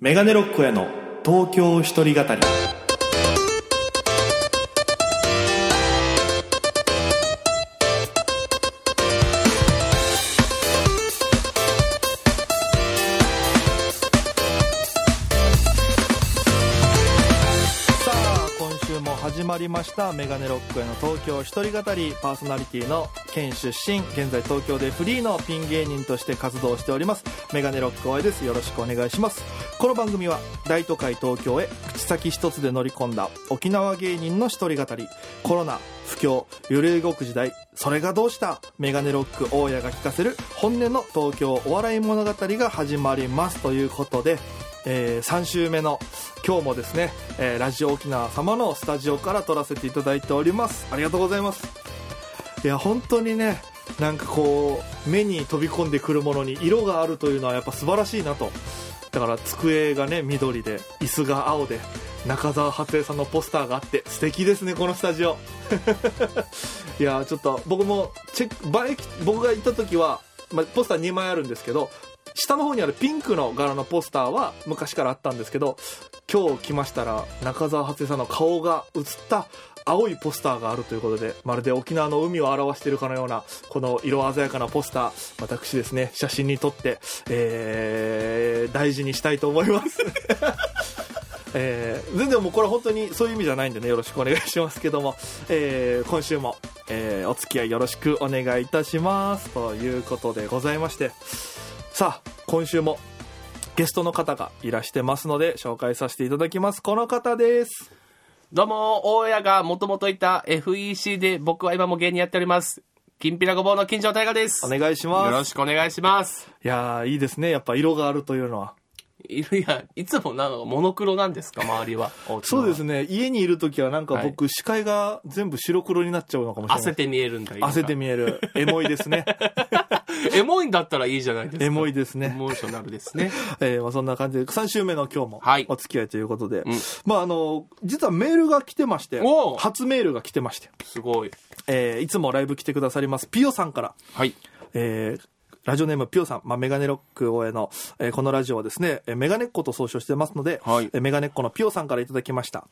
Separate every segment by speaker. Speaker 1: メガネロックへの東京一人語り。さあ今週も始まりました「メガネロックへの東京一人語り」パーソナリティの県出身現在東京でフリーのピン芸人として活動しておりますメガネロック大江ですよろしくお願いしますこの番組は大都会東京へ口先一つで乗り込んだ沖縄芸人の一人語りコロナ不況揺れ動く時代それがどうしたメガネロック大家が聞かせる本音の東京お笑い物語が始まりますということでえー3週目の今日もですね、えーラジオ沖縄様のスタジオから撮らせていただいておりますありがとうございますいや本当にねなんかこう目に飛び込んでくるものに色があるというのはやっぱ素晴らしいなとだから机がね緑で椅子が青で中澤初江さんのポスターがあって素敵ですねこのスタジオいやちょっと僕もチェックバイキ僕が行った時は、まあ、ポスター2枚あるんですけど下の方にあるピンクの柄のポスターは昔からあったんですけど今日来ましたら中澤初江さんの顔が映った青いポスターがあるということでまるで沖縄の海を表しているかのようなこの色鮮やかなポスター私ですね写真に撮って、えー大事にしたいと思いますえー全然もうこれは本当にそういう意味じゃないんでねよろしくお願いしますけども、えー今週も、えーお付き合いよろしくお願いいたしますということでございましてさあ今週もゲストの方がいらしてますので紹介させていただきますこの方です
Speaker 2: どうも、大家がもともといた FEC で僕は今も芸人やっております。きんぴらごぼうの金城大河です。
Speaker 1: お
Speaker 2: よ
Speaker 1: 願いしま
Speaker 2: ろ
Speaker 1: す
Speaker 2: しくお願いします。
Speaker 1: いやーいいですねやっぱ色があるというのはい
Speaker 2: や、いつもなんかモノクロなんですか、周りは。
Speaker 1: そうです
Speaker 2: ね。
Speaker 1: ね家にいる時はなんか僕、視界が全部白黒になっちゃうのかもしれない
Speaker 2: 汗て見えるんだ、今
Speaker 1: 汗で見えるエモいですね
Speaker 2: エモいんだったらいいじゃないですか。
Speaker 1: エモいですね
Speaker 2: エ モーショナルで すね。
Speaker 1: えーまあ、そんな感じで3週目の今日も
Speaker 2: はい
Speaker 1: お付き合いということで、
Speaker 2: ん
Speaker 1: まああの実はメールが来てまして
Speaker 2: おう
Speaker 1: 初メールが来てまして、
Speaker 2: すごい。
Speaker 1: えーいつもライブ来てくださりますピヨさんから
Speaker 2: はい。
Speaker 1: えーラジオネームピオさん、まあ、メガネロック応援の、えーこのラジオはですね、えーメガネっ子と総称してますので、
Speaker 2: はい
Speaker 1: えーメガネっ子のピオさんからいただきました。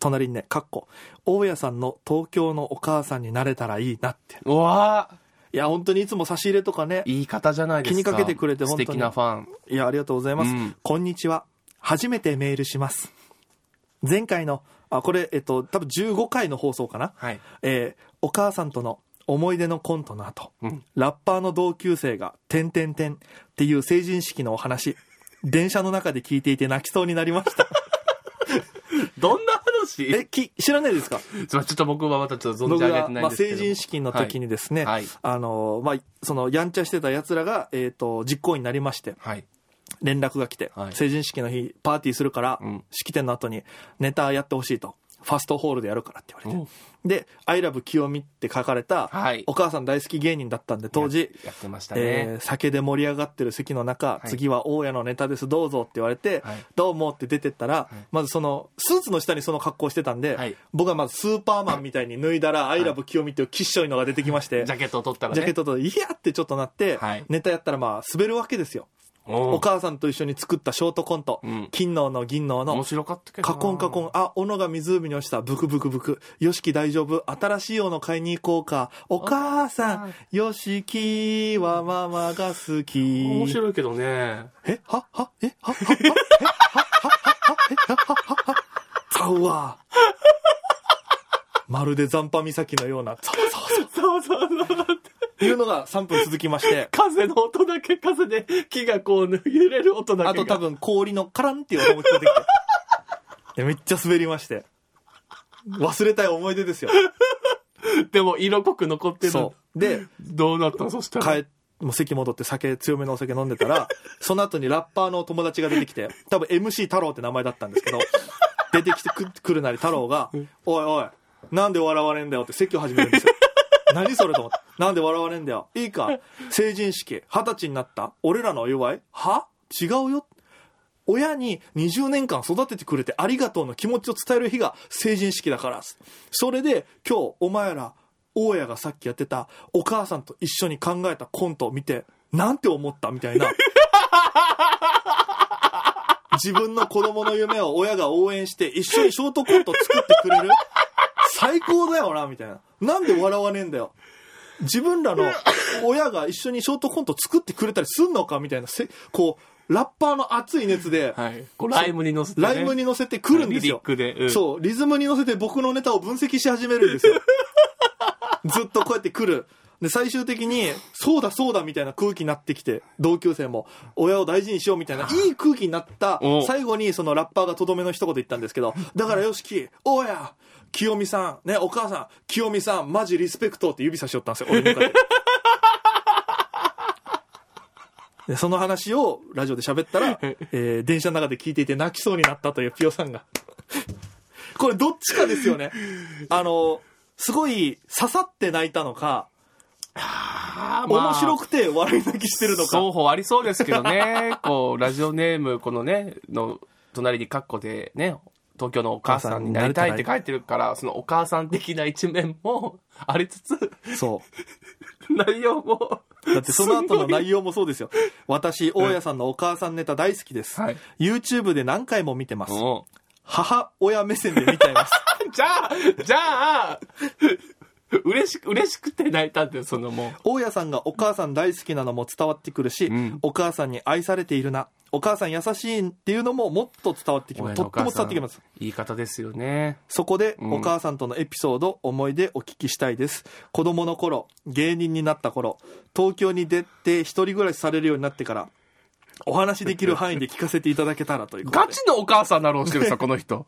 Speaker 1: 隣にね、かっこ、大家さんの東京のお母さんになれたらいいなって。
Speaker 2: うわあ
Speaker 1: いや、本当にいつも差し入れとかね、
Speaker 2: 言い方じゃないですか。
Speaker 1: 気にかけてくれて本当に
Speaker 2: 素敵なファン。
Speaker 1: いや、ありがとうございます。
Speaker 2: うん
Speaker 1: こんにちは。初めてメールします。前回の、あ、これ、えっと、多分15回の放送かな。
Speaker 2: はい。
Speaker 1: えーお母さんとの思い出のコントの後、
Speaker 2: うん
Speaker 1: ラッパーの同級生が、てんてんてんっていう成人式のお話、電車の中で聞いていて泣きそうになりま した。
Speaker 2: どんな話
Speaker 1: え、き、知らないですか
Speaker 2: すいませんちょっと僕はまたちょっと存
Speaker 1: 僕
Speaker 2: じ上げ
Speaker 1: が、
Speaker 2: てない
Speaker 1: ま
Speaker 2: ん
Speaker 1: あ、
Speaker 2: ですけど。
Speaker 1: 成人式の時にですね、
Speaker 2: はいはい
Speaker 1: あの、まあ、その、やんちゃしてた奴らが、えっ、と、実行委員になりまして、
Speaker 2: はい。
Speaker 1: 連絡が来て、
Speaker 2: はい
Speaker 1: 成人式の日、パーティーするから、
Speaker 2: うん
Speaker 1: 式典の後に、ネタやってほしいと。ファストホールでやるからって言われ
Speaker 2: お
Speaker 1: て。で、I love 清美って書かれた、
Speaker 2: はい
Speaker 1: お母さん大好き芸人だったんで、当時、
Speaker 2: やってましたね。
Speaker 1: えー酒で盛り上がってる席の中、
Speaker 2: い
Speaker 1: 次は大家のネタですどうぞって言われて、
Speaker 2: はい
Speaker 1: どうもって出てったら、まずそのスーツの下にその格好してたんで、
Speaker 2: はい
Speaker 1: 僕はまずスーパーマンみたいに脱いだら「アイラブ清美」っていうきっしょいのが出てきまして、
Speaker 2: ジャケットを取ったらね。
Speaker 1: ジャケットと「いや!」ってちょっとなって、
Speaker 2: はい
Speaker 1: ネタやったらまあ滑るわけですよ、
Speaker 2: お
Speaker 1: お母さんと一緒に作ったショートコント「
Speaker 2: うん
Speaker 1: 金のの銀のの
Speaker 2: 面」白かったけどな
Speaker 1: カコンカコン、あ、斧が湖に落ちた、ブクブクブク。よしき大丈夫、新しい斧買いに行こうか。お母さん、よしきはママが好き。
Speaker 2: 面白いけどね
Speaker 1: え、は、は、え、は、は、は、え、は、は、は、え、は、は、は、は、ざうわ。まるで残波岬のような、ざわざわざわ
Speaker 2: そうそうそう
Speaker 1: いうのが3分続きまして。
Speaker 2: 風の音だけ風で木がこう揺れる音だけが
Speaker 1: あと多分氷のカランって いう音も聞こえてきて。でめっちゃ滑りまして。忘れたい思い出ですよ。
Speaker 2: でも色濃く残ってる
Speaker 1: そう。で、
Speaker 2: どうなったのそしたら
Speaker 1: 帰もう席戻って酒強めのお酒飲んでた らその後にラッパーの友達が出てきて多分 MC 太郎って名前だったんですけど出てきてくくるなり太郎が「おいおいなんで笑われんだよ」って説教始めるんです よ何それと思って「なんで笑われんだよいいか成人式二十歳になった俺らのお祝いは違うよ」親に20年間育ててくれてありがとうの気持ちを伝える日が成人式だから。それで今日お前ら、大家がさっきやってたお母さんと一緒に考えたコントを見て、なんて思ったみたいな。自分の子供の夢を親が応援して一緒にショートコント作ってくれる最高だよな、みたいな。なんで笑わねえんだよ。自分らの親が一緒にショートコント作ってくれたりすんのかみたいな、せこう、ラッパーの熱い熱で、
Speaker 2: はい。これライムに乗せて、ね。
Speaker 1: ライムに乗せてくるんですよ。
Speaker 2: リリックでうん
Speaker 1: そう、リズムに乗せて僕のネタを分析し始めるんです よ。ずっとこうやって来る。で、最終的に、そうだそうだみたいな空気になってきて、同級生も、親を大事にしようみたいな、いい空気になった
Speaker 2: お、
Speaker 1: 最後にそのラッパーがとどめの一言言ったんですけど、だからよしき、おや、清美さん、ね、お母さん、清美さん、マジリスペクトって指差し寄ったんですよ、俺に向かって。でその話をラジオで喋った ら、えー電車の中で聞いていて泣きそうになったというピオさんが。これどっちかですよ ね。あの、すごい刺さって泣いたのか、
Speaker 2: あーまあ
Speaker 1: 面白くて笑い泣きしてるのか。
Speaker 2: 双方ありそうですけどね。 こう、ラジオネーム、このね、の、隣にカッコでね、東京のお母さんになりたいって書いてるから、そのお母さん的な一面もありつつ、
Speaker 1: そ
Speaker 2: 内容も。
Speaker 1: う。だってその後の内容もそうですよ。私、大家さんのお母さんネタ大好きです。
Speaker 2: はい
Speaker 1: YouTube で何回も見てます。
Speaker 2: 容。
Speaker 1: 母親目線で見ちゃいます。
Speaker 2: じゃあ、じゃあ、嬉しく、嬉しくて泣いたんだよ、そのも
Speaker 1: 大家さんがお母さん大好きなのも伝わってくるし、
Speaker 2: ん
Speaker 1: お母さんに愛されているなお母さん優しいっていうのももっと伝わってき
Speaker 2: う。
Speaker 1: ますとっても伝わってきます。
Speaker 2: 言い方ですよね。
Speaker 1: そこで、
Speaker 2: うん
Speaker 1: お母さんとのエピソード思い出お聞きしたいです子供の頃芸人になった頃東京に出て一人暮らしされるようになってからお話しできる範囲で聞かせていただけたらということで
Speaker 2: ガチのお母さんなろうしてる さ、この人。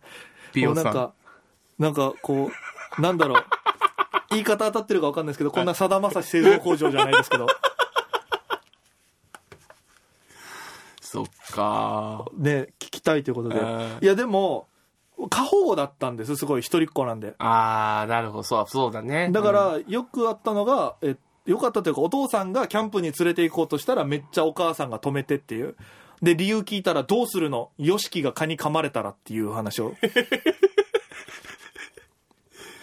Speaker 2: ピオ
Speaker 1: もう
Speaker 2: さ
Speaker 1: なん
Speaker 2: ん。
Speaker 1: かなんかこうなんだろう言い方当たってるか分かんないですけどこんなさだまさし製造工場じゃないですけど
Speaker 2: そっか。
Speaker 1: ね、聞きたいということで。
Speaker 2: うん
Speaker 1: いや、でも、過保護だったんです、すごい、一人っ子なんで。
Speaker 2: あー、なるほど、そう、そうだね。
Speaker 1: だから、よくあったのが、え、よかったというか、お父さんがキャンプに連れて行こうとしたら、めっちゃお母さんが止めてっていう。で、理由聞いたら、どうするのヨシキが蚊に噛まれたらっていう話を。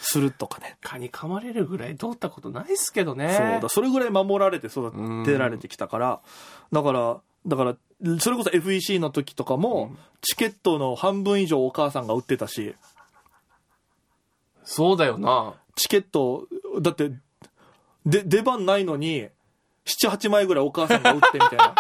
Speaker 1: するとかね。
Speaker 2: 蚊に噛まれるぐらい通ったことないっすけどね。
Speaker 1: そうだ、それぐらい守られて育てられてきたから、だから、だから、それこそ FEC の時とかも、チケットの半分以上お母さんが売ってたし、
Speaker 2: そうだよな。
Speaker 1: チケット、だって、で、出番ないのに、7、8枚ぐらいお母さんが打ってみたい な。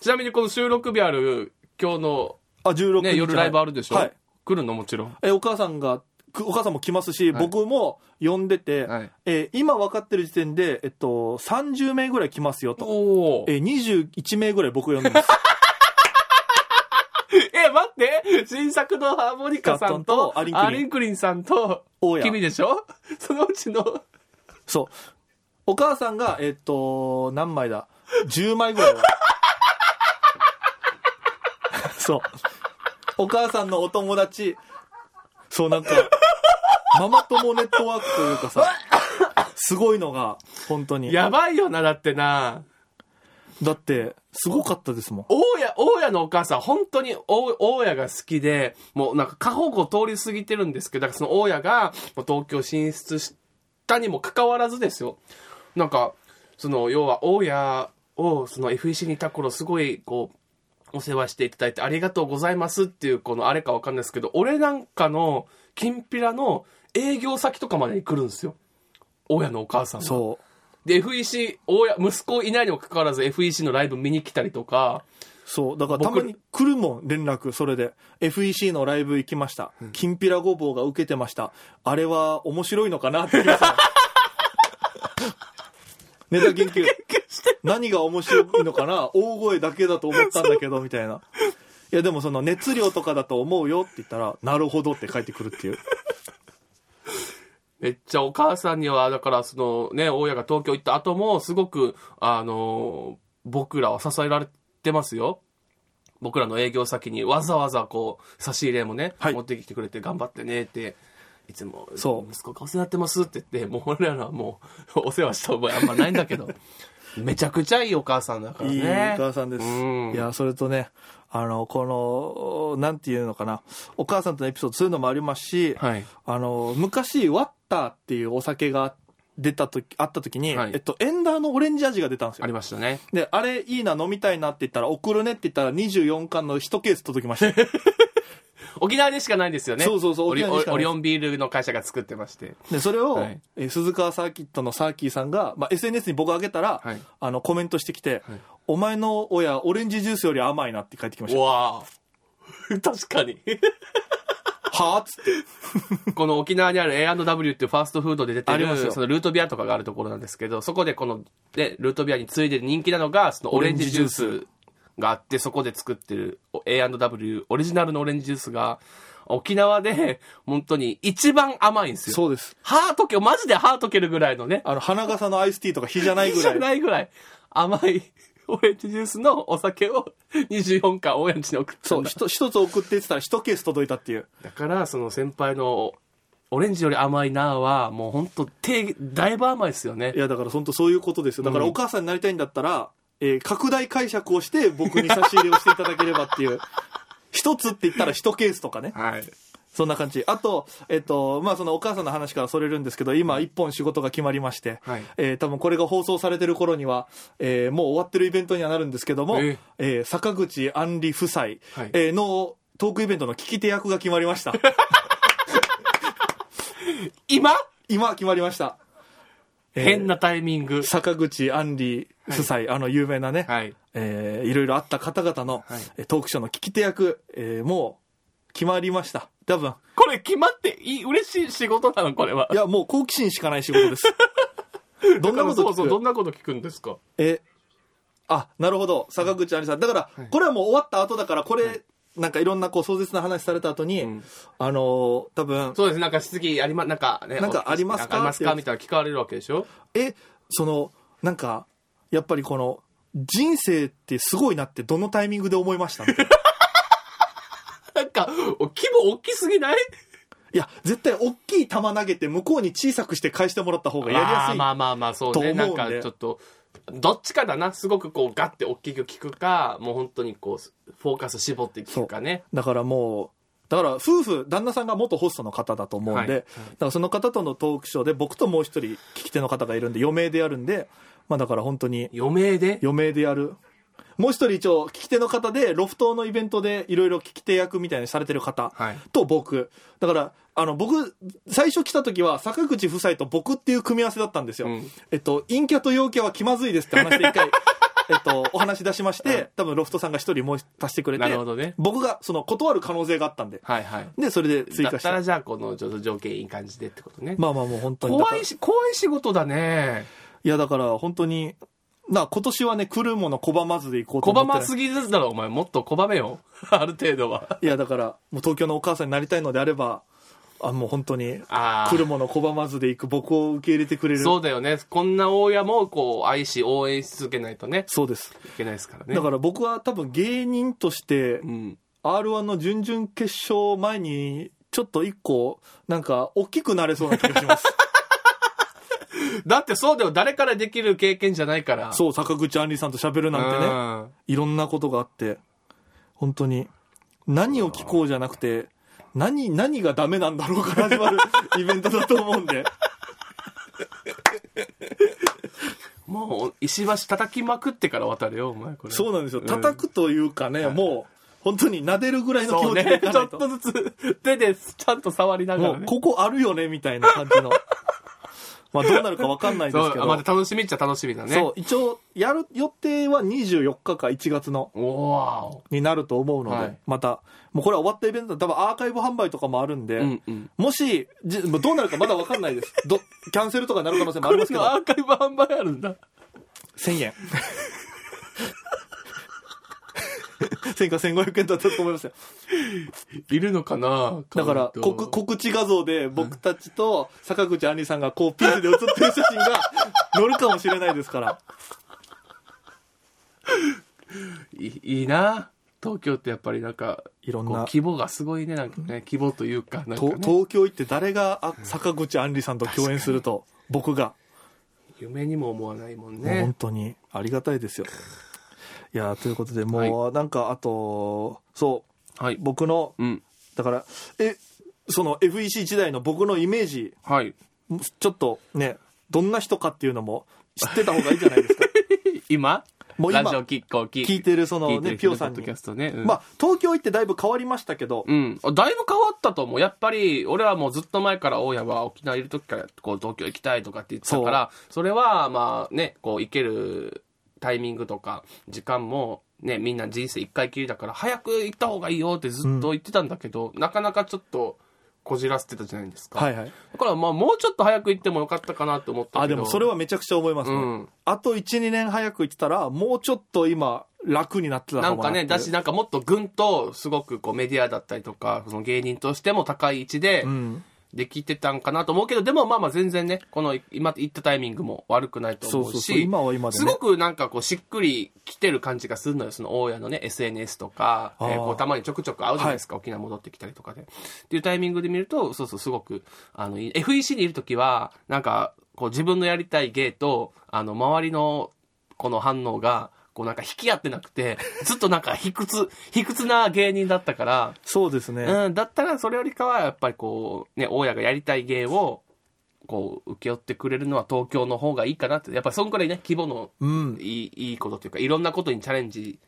Speaker 2: ちなみにこの収録日ある今日の
Speaker 1: あ、16日。
Speaker 2: ね、夜ライブあるでしょ、
Speaker 1: はい。
Speaker 2: 来るのもちろん。
Speaker 1: え、お母さんが、くお母さんも来ますし、
Speaker 2: はい
Speaker 1: 僕も呼んでて、
Speaker 2: はい
Speaker 1: えー今分かってる時点で、えっと、30名ぐらい来ますよと。
Speaker 2: おお。
Speaker 1: え
Speaker 2: え、
Speaker 1: ー、21名ぐらい僕呼んで ます。
Speaker 2: 待って新作のハーモニカさ
Speaker 1: ガ
Speaker 2: ん
Speaker 1: ットン
Speaker 2: と、
Speaker 1: とア
Speaker 2: ア
Speaker 1: リ
Speaker 2: リ
Speaker 1: ンクリン
Speaker 2: ンクリンさんと、
Speaker 1: 大家
Speaker 2: 君でしょ そのうちの、
Speaker 1: そう。お母さんが、えっと、何枚だ ?10 枚ぐらいは。 そう。お母さんのお友達、そうなんか、ママ友ネットワークというか さ、すごいのが、本当に。
Speaker 2: やばいよな、だってな。
Speaker 1: だって、すごかったですもん。
Speaker 2: 大家、大家のお母さん、本当に大大家が好きで、もうなんか過保護通り過ぎてるんですけど、だからその大家がもう東京進出したにもかかわらずですよ。なんか、その、要は大家を、その FEC にいた頃、すごい、こう、お世話していただいてありがとうございますっていう、このあれかわかんないですけど、俺なんかの、きんぴらの営業先とかまで来るんですよ。大家のお母さんが。
Speaker 1: そ
Speaker 2: で、FEC、大家、息子いないにもかかわらず FEC のライブ見に来たりとか、
Speaker 1: う。そう。だからたまに来るもん、連絡、それで。FEC のライブ行きました。きんぴらごぼうが受けてました。あれは面白いのかなって言いました。 ネタ研究。何が面白いのかな大声だけだと思ったんだけど、みたいな。いや、でもその熱量とかだと思うよって言ったら、なるほどって返ってくるっていう。
Speaker 2: めっちゃお母さんには、だからそのね、大家が東京行った後も、すごく、あのー、僕らは支えられてますよ。僕らの営業先にわざわざこう、差し入れもね、
Speaker 1: はい
Speaker 2: 持ってきてくれて頑張ってねって、いつも、
Speaker 1: そう
Speaker 2: 息子がお世話になってますって言って、もう俺らはもう、 お世話した覚えあんまないんだけ ど、めちゃくちゃいいお母さんだからね。
Speaker 1: いいお母さんです。
Speaker 2: うん
Speaker 1: いや、それとね、あの、この、なんていうのかな、お母さんとのエピソード、そういうのもありますし、
Speaker 2: はい。
Speaker 1: あの、昔、ワッターっていうお酒が出た時、あった時に、
Speaker 2: はい
Speaker 1: えっと、エンダーのオレンジ味が出たんです
Speaker 2: あ
Speaker 1: よ
Speaker 2: り。ましたね。
Speaker 1: で、あれいいな、飲みたいなって言ったら、送るねって言ったら、24巻の1ケース届きま した。
Speaker 2: 沖縄でしかないですよね。
Speaker 1: そうそうそう
Speaker 2: オリ
Speaker 1: 沖縄でしかない
Speaker 2: オリオンビールの会社が作ってまして。
Speaker 1: で、それを、
Speaker 2: はい
Speaker 1: えー鈴川サーキットのサーキーさんが、まあ、SNS に僕あげたら、
Speaker 2: はい
Speaker 1: あの、コメントしてきて、
Speaker 2: はい
Speaker 1: お前の親、オレンジジュースより甘いなって帰ってきまし
Speaker 2: わあ。 確 かに。
Speaker 1: た。はぁっつって。
Speaker 2: この沖縄にある A&W っていうファーストフードで出て
Speaker 1: ありますよ
Speaker 2: る、そのルートビアとかがあるところなんですけど、そこでこの、ね、ルートビアに次いで人気なのが、そのオレンジジュー
Speaker 1: オレン
Speaker 2: スがあって、そこで作ってるお A&W オリジナルのオレンジジュースが、沖縄で本当に一番甘いんですよ。
Speaker 1: そうです。
Speaker 2: 歯溶け、マジで歯溶けるぐらいのね、
Speaker 1: あの、花笠のアイスティーとか火じゃないぐ
Speaker 2: じ
Speaker 1: ら
Speaker 2: ゃ
Speaker 1: い。
Speaker 2: ないぐらい甘い オレンジジュースのお酒を24巻オレンジに送った
Speaker 1: そ
Speaker 2: ん
Speaker 1: う、
Speaker 2: だ。
Speaker 1: ひと一つ送ってって言ったら、1ケース届いたっていう。
Speaker 2: だから、その先輩の、オレンジより甘いなぁは、もうほんと、手、だいぶ甘いですよね
Speaker 1: い。や、だから本当そういうことですよ。だから
Speaker 2: うん
Speaker 1: お母さんになりたいんだったら、えー拡大解釈をして僕に差し入れをしていただければっていう。 一つって言ったら一ケースとかね。
Speaker 2: はい。
Speaker 1: そんな感じ。あと、えっと、まあ、そのお母さんの話からそれるんですけど、今一本仕事が決まりまして、
Speaker 2: はい
Speaker 1: えー多分これが放送されてる頃には、えーもう終わってるイベントにはなるんですけども、え
Speaker 2: え
Speaker 1: ー
Speaker 2: え
Speaker 1: 坂口安里夫妻、
Speaker 2: はい
Speaker 1: えーのトークイベントの聞き手役が決まりま した。
Speaker 2: 今
Speaker 1: 今決まりました。えー
Speaker 2: 変なタイミング。
Speaker 1: 坂口安里夫妻、あの有名なね、
Speaker 2: はい。
Speaker 1: えーいろいろあった方々の、
Speaker 2: はい
Speaker 1: えートークショーの聞き手役、えーもう決まりました。多分。
Speaker 2: これ決まっていい、嬉しい仕事なのこれは。
Speaker 1: いや、もう好奇心しかない仕事 です。どんなこと聞
Speaker 2: そ
Speaker 1: く
Speaker 2: うそう、どんなこと聞くんですか
Speaker 1: え、あ、なるほど。坂口ありさん。だから、これはもう終わった後だから、これ、なんかいろんなこう壮絶な話された後に、
Speaker 2: うん
Speaker 1: あのー多分、
Speaker 2: そうです。なんか質疑ありま、なんかね。
Speaker 1: なんかありますか
Speaker 2: なんあります
Speaker 1: ってやつ
Speaker 2: かみたいな聞かれるわけでしょ
Speaker 1: え、その、なんか、やっぱりこの、人生ってすごいなってどのタイミングで思いましたみたいな
Speaker 2: なんか、お規模大きすぎない
Speaker 1: いや、絶対大きい球投げて向こうに小さくして返してもらった方がやりや
Speaker 2: あ
Speaker 1: す
Speaker 2: ー
Speaker 1: い。
Speaker 2: まあまあまあ、そう
Speaker 1: と思う
Speaker 2: ね。
Speaker 1: んで
Speaker 2: なんかちょっと、どっちかだな。すごくこう、ガッて大きく聞くか、もう本当にこう、フォーカス絞って聞くかね。
Speaker 1: だからもう、だから夫婦、旦那さんが元ホストの方だと思うんで、
Speaker 2: はい
Speaker 1: だからその方とのトークショーで僕ともう一人聞き手の方がいるんで、余命でやるんで、まあだから本当に
Speaker 2: 余命で
Speaker 1: 余命でやる。もう一人一応聞き手の方で、ロフトのイベントでいろいろ聞き手役みたいにされてる方
Speaker 2: はい
Speaker 1: と僕。だから、あの僕、最初来た時は坂口夫妻と僕っていう組み合わせだったんですよ。
Speaker 2: うん
Speaker 1: えっと、陰キャと陽キャは気まずいですって話で一 回、えっと、お話し出しまして、多分ロフトさんが一人もう足してくれて、
Speaker 2: なるほどね
Speaker 1: 僕がその断る可能性があったんで、
Speaker 2: はいはい。
Speaker 1: で、それで追
Speaker 2: だ
Speaker 1: 加
Speaker 2: っ
Speaker 1: したた
Speaker 2: ら。じゃあ、この、ちょっと条件いい感じでってことね。
Speaker 1: まあまあもう本当に。だ
Speaker 2: 怖
Speaker 1: から
Speaker 2: いし、怖い仕事だね。
Speaker 1: いやだから本当に、な、今年はね、来るもの拒まずでいこうと思
Speaker 2: 拒
Speaker 1: ってる
Speaker 2: ますぎずだろ、お前。もっと拒めよ。 ある程度は。
Speaker 1: いやだから、もう東京のお母さんになりたいのであれば、あもう本当に、
Speaker 2: あ
Speaker 1: 来るもの拒まずで行く僕を受け入れてくれ
Speaker 2: あ。
Speaker 1: る。
Speaker 2: そうだよね。こんな大家も、こう、愛し、応援し続けないとね、
Speaker 1: そうです。
Speaker 2: いけないですからね。
Speaker 1: だから僕は多分芸人として
Speaker 2: う、ん。
Speaker 1: R1 の準々決勝前に、ちょっと一個、なんか、大きくなれそうな気がし ます。
Speaker 2: だってそうだよ。誰からできる経験じゃないから。
Speaker 1: そう、坂口杏里さんと喋る
Speaker 2: う
Speaker 1: なんてね、
Speaker 2: ん
Speaker 1: いろんなことがあって、本当に、何を聞こうじゃなくて、何、何がダメなんだろうから始まるイベントだと思うんで。
Speaker 2: もう、石橋叩きまくってから渡れよ、お前、これ。
Speaker 1: そうなんですよ。
Speaker 2: ん
Speaker 1: 叩くというかね、もう、本当に撫でるぐらいの気
Speaker 2: そう
Speaker 1: 持ちでい
Speaker 2: ね。 ち
Speaker 1: かな
Speaker 2: ょ
Speaker 1: い
Speaker 2: っ
Speaker 1: と。
Speaker 2: とずつ、手でちゃんと触りなが
Speaker 1: も
Speaker 2: ら
Speaker 1: う、
Speaker 2: ね。
Speaker 1: ここあるよね、みたいな感じの。 まあ、どうなるかわかんないで
Speaker 2: そ
Speaker 1: すけ
Speaker 2: う、
Speaker 1: ど。
Speaker 2: あまた楽しみっちゃ楽しみだね。
Speaker 1: そう、一応、やる予定は24日か、1月の、
Speaker 2: う。お
Speaker 1: になると思うので、
Speaker 2: はい
Speaker 1: また、もうこれは終わったイベントだ、多分アーカイブ販売とかもあるんで、
Speaker 2: ー。うんうん。
Speaker 1: もし、じもうどうなるかまだわかんないです。ど、 キャンセルとかになる可能性もあ
Speaker 2: こ
Speaker 1: り
Speaker 2: れ
Speaker 1: ますけど
Speaker 2: の、アーカイブ販売あるんだ。
Speaker 1: 1000円。1000か1500円だったと思いますよ。
Speaker 2: いるのかな
Speaker 1: だから、
Speaker 2: カウント
Speaker 1: 告告知画像で僕たちと坂口杏里さんがこうピースで写ってる写真 が載るかもしれないですから。
Speaker 2: いいいな東京ってやっぱりなんか、
Speaker 1: いろん
Speaker 2: こう
Speaker 1: な。
Speaker 2: 規模がすごいね、なんかね、規模というか、なんか、
Speaker 1: と
Speaker 2: ね、
Speaker 1: 東京行って誰があ坂口杏里さんと共演すると、僕が。
Speaker 2: 夢にも思わないもん
Speaker 1: もう本
Speaker 2: ね。
Speaker 1: 当にありがたいですよ。いやーということで、もうなんかあと、そう、
Speaker 2: はい。
Speaker 1: 僕の、
Speaker 2: うん。
Speaker 1: だから、え、その FEC 時代の僕のイメージ、
Speaker 2: はい。
Speaker 1: ちょっとね、どんな人かっていうのも知ってた方がいいじゃないです か。
Speaker 2: 今
Speaker 1: もう今
Speaker 2: ラジオキックを聞
Speaker 1: 聞いてるそ
Speaker 2: 聞
Speaker 1: の
Speaker 2: いてる
Speaker 1: ね、
Speaker 2: 人
Speaker 1: ピ
Speaker 2: の
Speaker 1: オ
Speaker 2: ポ
Speaker 1: さ
Speaker 2: ッ
Speaker 1: ん
Speaker 2: ド
Speaker 1: に
Speaker 2: キ。ャストね。うん
Speaker 1: まあ、東京行ってだいぶ変わりましたけど、
Speaker 2: うん。あだいぶ変わったと思う。やっぱり、俺はもうずっと前から、大家は沖縄いる時から、こう、東京行きたいとかって言ってたから、それは、まあね、こう、行けるタイミングとか、時間も、ね、みんな人生一回きりだから、早く行った方がいいよってずっと言ってたんだけど、なかなかちょっと、こじらせてたじゃないですか。
Speaker 1: はいはい。
Speaker 2: だから、まあ、もうちょっと早く行ってもよかったかなって思ったけど。
Speaker 1: あ、でもそれ
Speaker 2: は、
Speaker 1: はめちゃくちゃ思いますね。
Speaker 2: うん
Speaker 1: あと1、2年早く行ってたら、もうちょっと今、楽になってた
Speaker 2: な
Speaker 1: か
Speaker 2: ん
Speaker 1: も
Speaker 2: か
Speaker 1: ってい
Speaker 2: ね、
Speaker 1: う
Speaker 2: だし、なんかもっとぐんと、すごくこう、メディアだったりとか、その芸人としても高い位置で、
Speaker 1: うん。
Speaker 2: できてたんかなと思うけど、でもまあまあ全然ね、この今行ったタイミングも悪くないと
Speaker 1: そう
Speaker 2: 思うし、
Speaker 1: そうそう、今は今で、ね。
Speaker 2: すごくなんかこうしっくりきてる感じがするのよ、その大家のね、SNS とか、え
Speaker 1: あー
Speaker 2: ーこうたまにちょくちょく会うじゃないですか、沖縄戻ってきたりとかで。っていうタイミングで見ると、そうそう、すごく、あの、いい FEC にいるときは、なんか、こう自分のやりたい芸と、あの、周りのこの反応が、こうなんか引き合ってなくて、ずっとなんか卑屈、卑屈な芸人だったから、
Speaker 1: そうですね。
Speaker 2: うん、だったらそれよりかはやっぱりこうね大家がやりたい芸をこう請け負ってくれるのは東京の方がいいかなってやっぱりそんくらいね規模の
Speaker 1: うん。
Speaker 2: いい,、いいことというかいろんなことにチャレンジ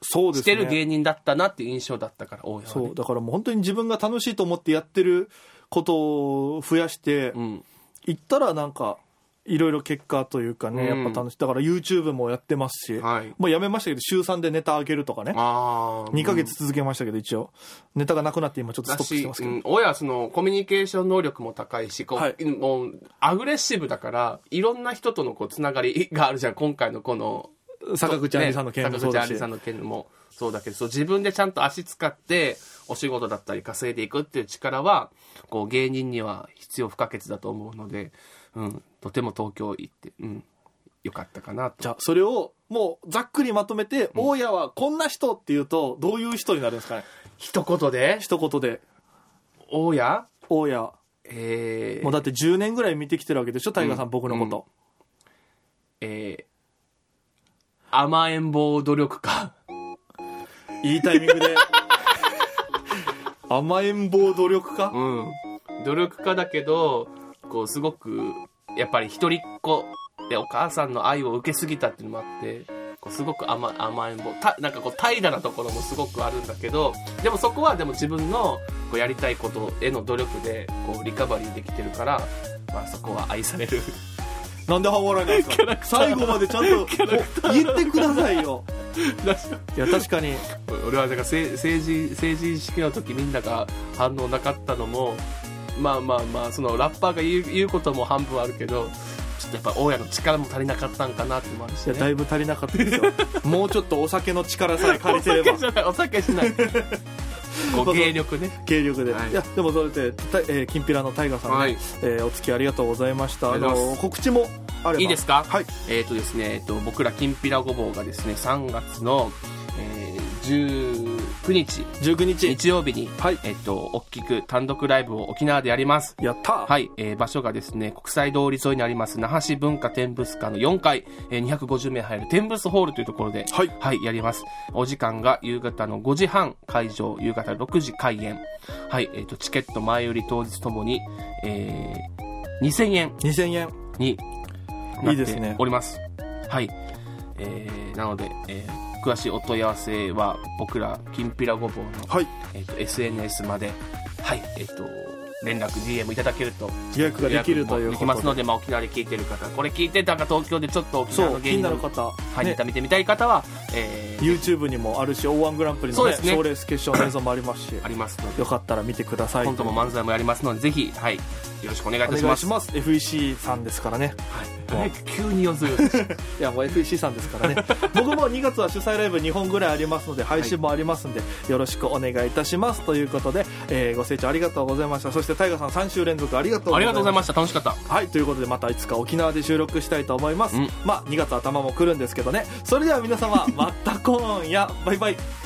Speaker 1: そうで
Speaker 2: し
Speaker 1: すね。
Speaker 2: てる芸人だったなっていう印象だったから大家は、ね、
Speaker 1: そう、だからもう本当に自分が楽しいと思ってやってることを増やして、
Speaker 2: うん、
Speaker 1: 行ったらなんか、いろいろ結果というかね、
Speaker 2: うん
Speaker 1: やっぱ楽しい。だから YouTube もやってますし、
Speaker 2: はい
Speaker 1: もうやめましたけど、週3でネタ上げるとかね。
Speaker 2: ああ
Speaker 1: 2ヶ月続けましたけど、一応。ネタがなくなって今ちょっとス
Speaker 2: だ
Speaker 1: トップし
Speaker 2: して
Speaker 1: ますけど。
Speaker 2: うん親はそのコミュニケーション能力も高いしこう、
Speaker 1: はい
Speaker 2: もうアグレッシブだからいろんな人とのこうつながり があるじゃん今回のこの
Speaker 1: 坂口ありさんの件もそうだし。
Speaker 2: ね坂口杏里さんの件もそうだけどそう自分でちゃんと足使ってお仕事だったり稼いでいくっていう力はこう芸人には必要不可欠だと思うので、うん、とても東京行って、うん、よかったかなと
Speaker 1: じゃあ、それを、もうざっくりまとめて、大家はこんな人っていうと、どういう人になるんですかね。
Speaker 2: 一言で
Speaker 1: 一言で、
Speaker 2: 大家
Speaker 1: 大家、
Speaker 2: え
Speaker 1: もう
Speaker 2: ー
Speaker 1: だって10年ぐらい見てきてるわけでしょ、タイガーさ
Speaker 2: うん
Speaker 1: ん、僕のこと。
Speaker 2: えー甘えん坊努力家
Speaker 1: いいタイミングで。甘えん坊努力家、
Speaker 2: うん努力家だけどこうすごくやっぱり一人っ子でお母さんの愛を受けすぎたっていうのもあってこうすごく甘甘えん坊たなんかこう怠惰なところもすごくあるんだけどでもそこはでも自分のこうやりたいことへの努力でこうリカバリーできてるから、まあ、そこは愛される
Speaker 1: なんで半笑いなんですか最後までちゃんとお言ってくださいよ。いや、確かに。
Speaker 2: 俺はなんか成成人成人式の時みんなが反応なかったのもまあまあまあそのラッパーが言う言うことも半分あるけどちょっとやっぱ大家の力も足りなかったんかなってのもあるし、
Speaker 1: いや、
Speaker 2: ね、
Speaker 1: だいぶ足りなかったですよ。もうちょっとお酒の力さえ借りてれば
Speaker 2: お酒。じゃないお酒しない こう芸力ね
Speaker 1: 軽力で、
Speaker 2: はい
Speaker 1: い、やでもそれで、たえー、きんぴらのタイガさん、ね
Speaker 2: はい
Speaker 1: えーお付き合いありがとうございました
Speaker 2: あ
Speaker 1: あ
Speaker 2: りがとうござい
Speaker 1: の
Speaker 2: ます
Speaker 1: 告知もあれば
Speaker 2: いいですか
Speaker 1: はい
Speaker 2: えっ、とですね、えっと僕らきんぴらごぼうがですね3月の、えー19日
Speaker 1: 19日
Speaker 2: 日曜日に、
Speaker 1: はい
Speaker 2: えっと大きく単独ライブを沖縄でやります
Speaker 1: やったー
Speaker 2: はい、えー場所がですね、国際通り沿いにあります、那覇市文化展物館の4階、えー250名入る展物ホールというところで、
Speaker 1: はい
Speaker 2: やります。お時間が夕方の5時半会場、夕方6時開演。はい、えっ、と、チケット前売り当日ともに、えー2000円
Speaker 1: 2000円
Speaker 2: に
Speaker 1: い
Speaker 2: ないっ
Speaker 1: ですね
Speaker 2: ております。はい。えーなので、えー詳しいお問い合わせは、僕ら、きんぴらごぼうの、
Speaker 1: はい
Speaker 2: えっ、と、SNS まで、はい、えっ、と、連絡、DM いただけると、
Speaker 1: 予約ができるという
Speaker 2: で
Speaker 1: こ
Speaker 2: き
Speaker 1: と
Speaker 2: ますので、まあ、沖縄で聞いてる方これ聞いてたか東京でちょっと沖縄
Speaker 1: そ
Speaker 2: の
Speaker 1: う気
Speaker 2: 芸
Speaker 1: に
Speaker 2: 人
Speaker 1: なる
Speaker 2: の
Speaker 1: 方、
Speaker 2: はいネ
Speaker 1: ね
Speaker 2: タ、見てみたい方は、えー
Speaker 1: YouTube にもあるし o 1グランプリの、
Speaker 2: そう
Speaker 1: ね
Speaker 2: ですね
Speaker 1: 賞レース決勝の映像もありますし
Speaker 2: ありますので
Speaker 1: よかったら見てください
Speaker 2: コントも漫才もやりますのでぜひ、はい、よろしくお願いい
Speaker 1: お
Speaker 2: たし
Speaker 1: 願
Speaker 2: ま
Speaker 1: い
Speaker 2: す
Speaker 1: します FEC さんですからね
Speaker 2: はい、急に 予想
Speaker 1: いやもう FEC さんです からね僕も2月は主催ライブ2本ぐらいありますので配信もありますんで、よろしくお願いいたしますということで、えーご清聴ありがとうございましたそしてタイガさん3週連続ありがとう
Speaker 2: あ
Speaker 1: ござ
Speaker 2: り
Speaker 1: い
Speaker 2: が
Speaker 1: ま
Speaker 2: とうご
Speaker 1: し
Speaker 2: ざ
Speaker 1: た
Speaker 2: いました楽しかった
Speaker 1: はいということでまたいつか沖縄で収録したいと思います、
Speaker 2: うん
Speaker 1: まあ2月頭も来るんですけどねそれでは皆様また今夜バイバイ